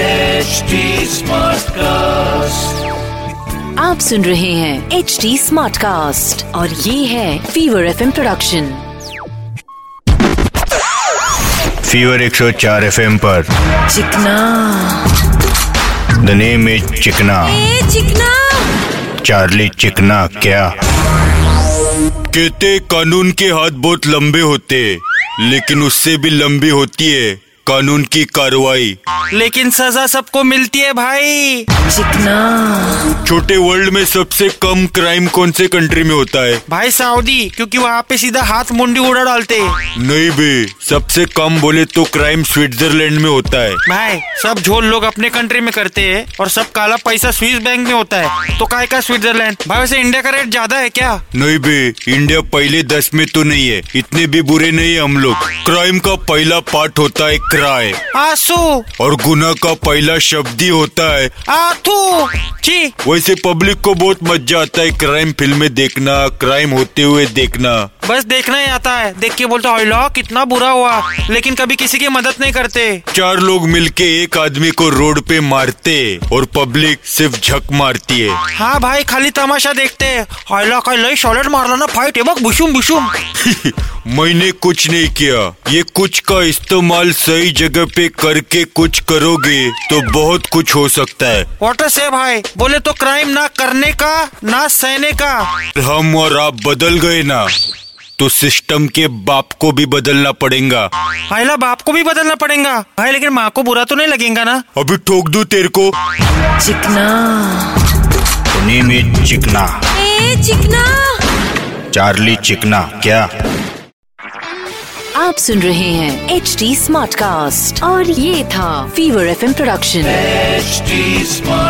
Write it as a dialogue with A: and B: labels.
A: HD Smartcast.
B: आप सुन रहे हैं एच डी स्मार्ट कास्ट और ये है Fever F production
C: Fever 104 FM पर
B: चिकना
C: द नेम इज चिकना
B: ए चिकना
C: चार्ली चिकना क्या कहते कानून के हाथ बहुत लंबे होते लेकिन उससे भी लंबी होती है कानून की कार्रवाई
D: लेकिन सजा सबको मिलती है भाई
B: चिकना
C: छोटे वर्ल्ड में सबसे कम क्राइम कौन से कंट्री में होता है
D: भाई सऊदी क्योंकि वहाँ पे सीधा हाथ मुंडी उड़ा डालते हैं।
C: नहीं भी सबसे कम बोले तो क्राइम स्विट्जरलैंड में होता है
D: भाई सब झोल लोग अपने कंट्री में करते हैं और सब काला पैसा स्विस बैंक में होता है तो काय का स्विट्जरलैंड भाई वैसे इंडिया का रेट ज्यादा है क्या
C: नहीं बे इंडिया पहले दस में तो नहीं है इतने भी बुरे नहीं है हम लोग क्राइम का पहला पार्ट होता है क्राय
D: आंसू
C: और गुना का पहला शब्द ही होता है
D: आथू छी
C: वैसे पब्लिक को बहुत मजा आता है क्राइम फिल्में देखना क्राइम होते हुए देखना
D: बस देखना ही आता है देख के बोलते हॉलो कितना बुरा हुआ लेकिन कभी किसी की मदद नहीं करते
C: चार लोग मिलके एक आदमी को रोड पे मारते और पब्लिक सिर्फ झक मारती है
D: हाँ भाई खाली तमाशा देखते हैं हॉलो का लई शॉलेट मारला ना फाइट है बघ भुशुम भुशुम
C: मैंने कुछ नहीं किया ये कुछ का इस्तेमाल सही जगह पे करके कुछ करोगे तो बहुत कुछ हो सकता है
D: वाटर से भाई बोले तो क्राइम ना करने का ना सहने का
C: हम और आप बदल गए ना तो सिस्टम के बाप को भी बदलना पड़ेगा
D: पहला बाप को भी बदलना पड़ेगा भाई लेकिन माँ को बुरा तो नहीं लगेगा ना
C: अभी ठोक दू तेरे को
B: चिकना
C: में चिकना
B: ए चिकना
C: चार्ली चिकना क्या
B: आप सुन रहे हैं एच डी स्मार्ट कास्ट और ये था Fever F production
A: HD Smartcast.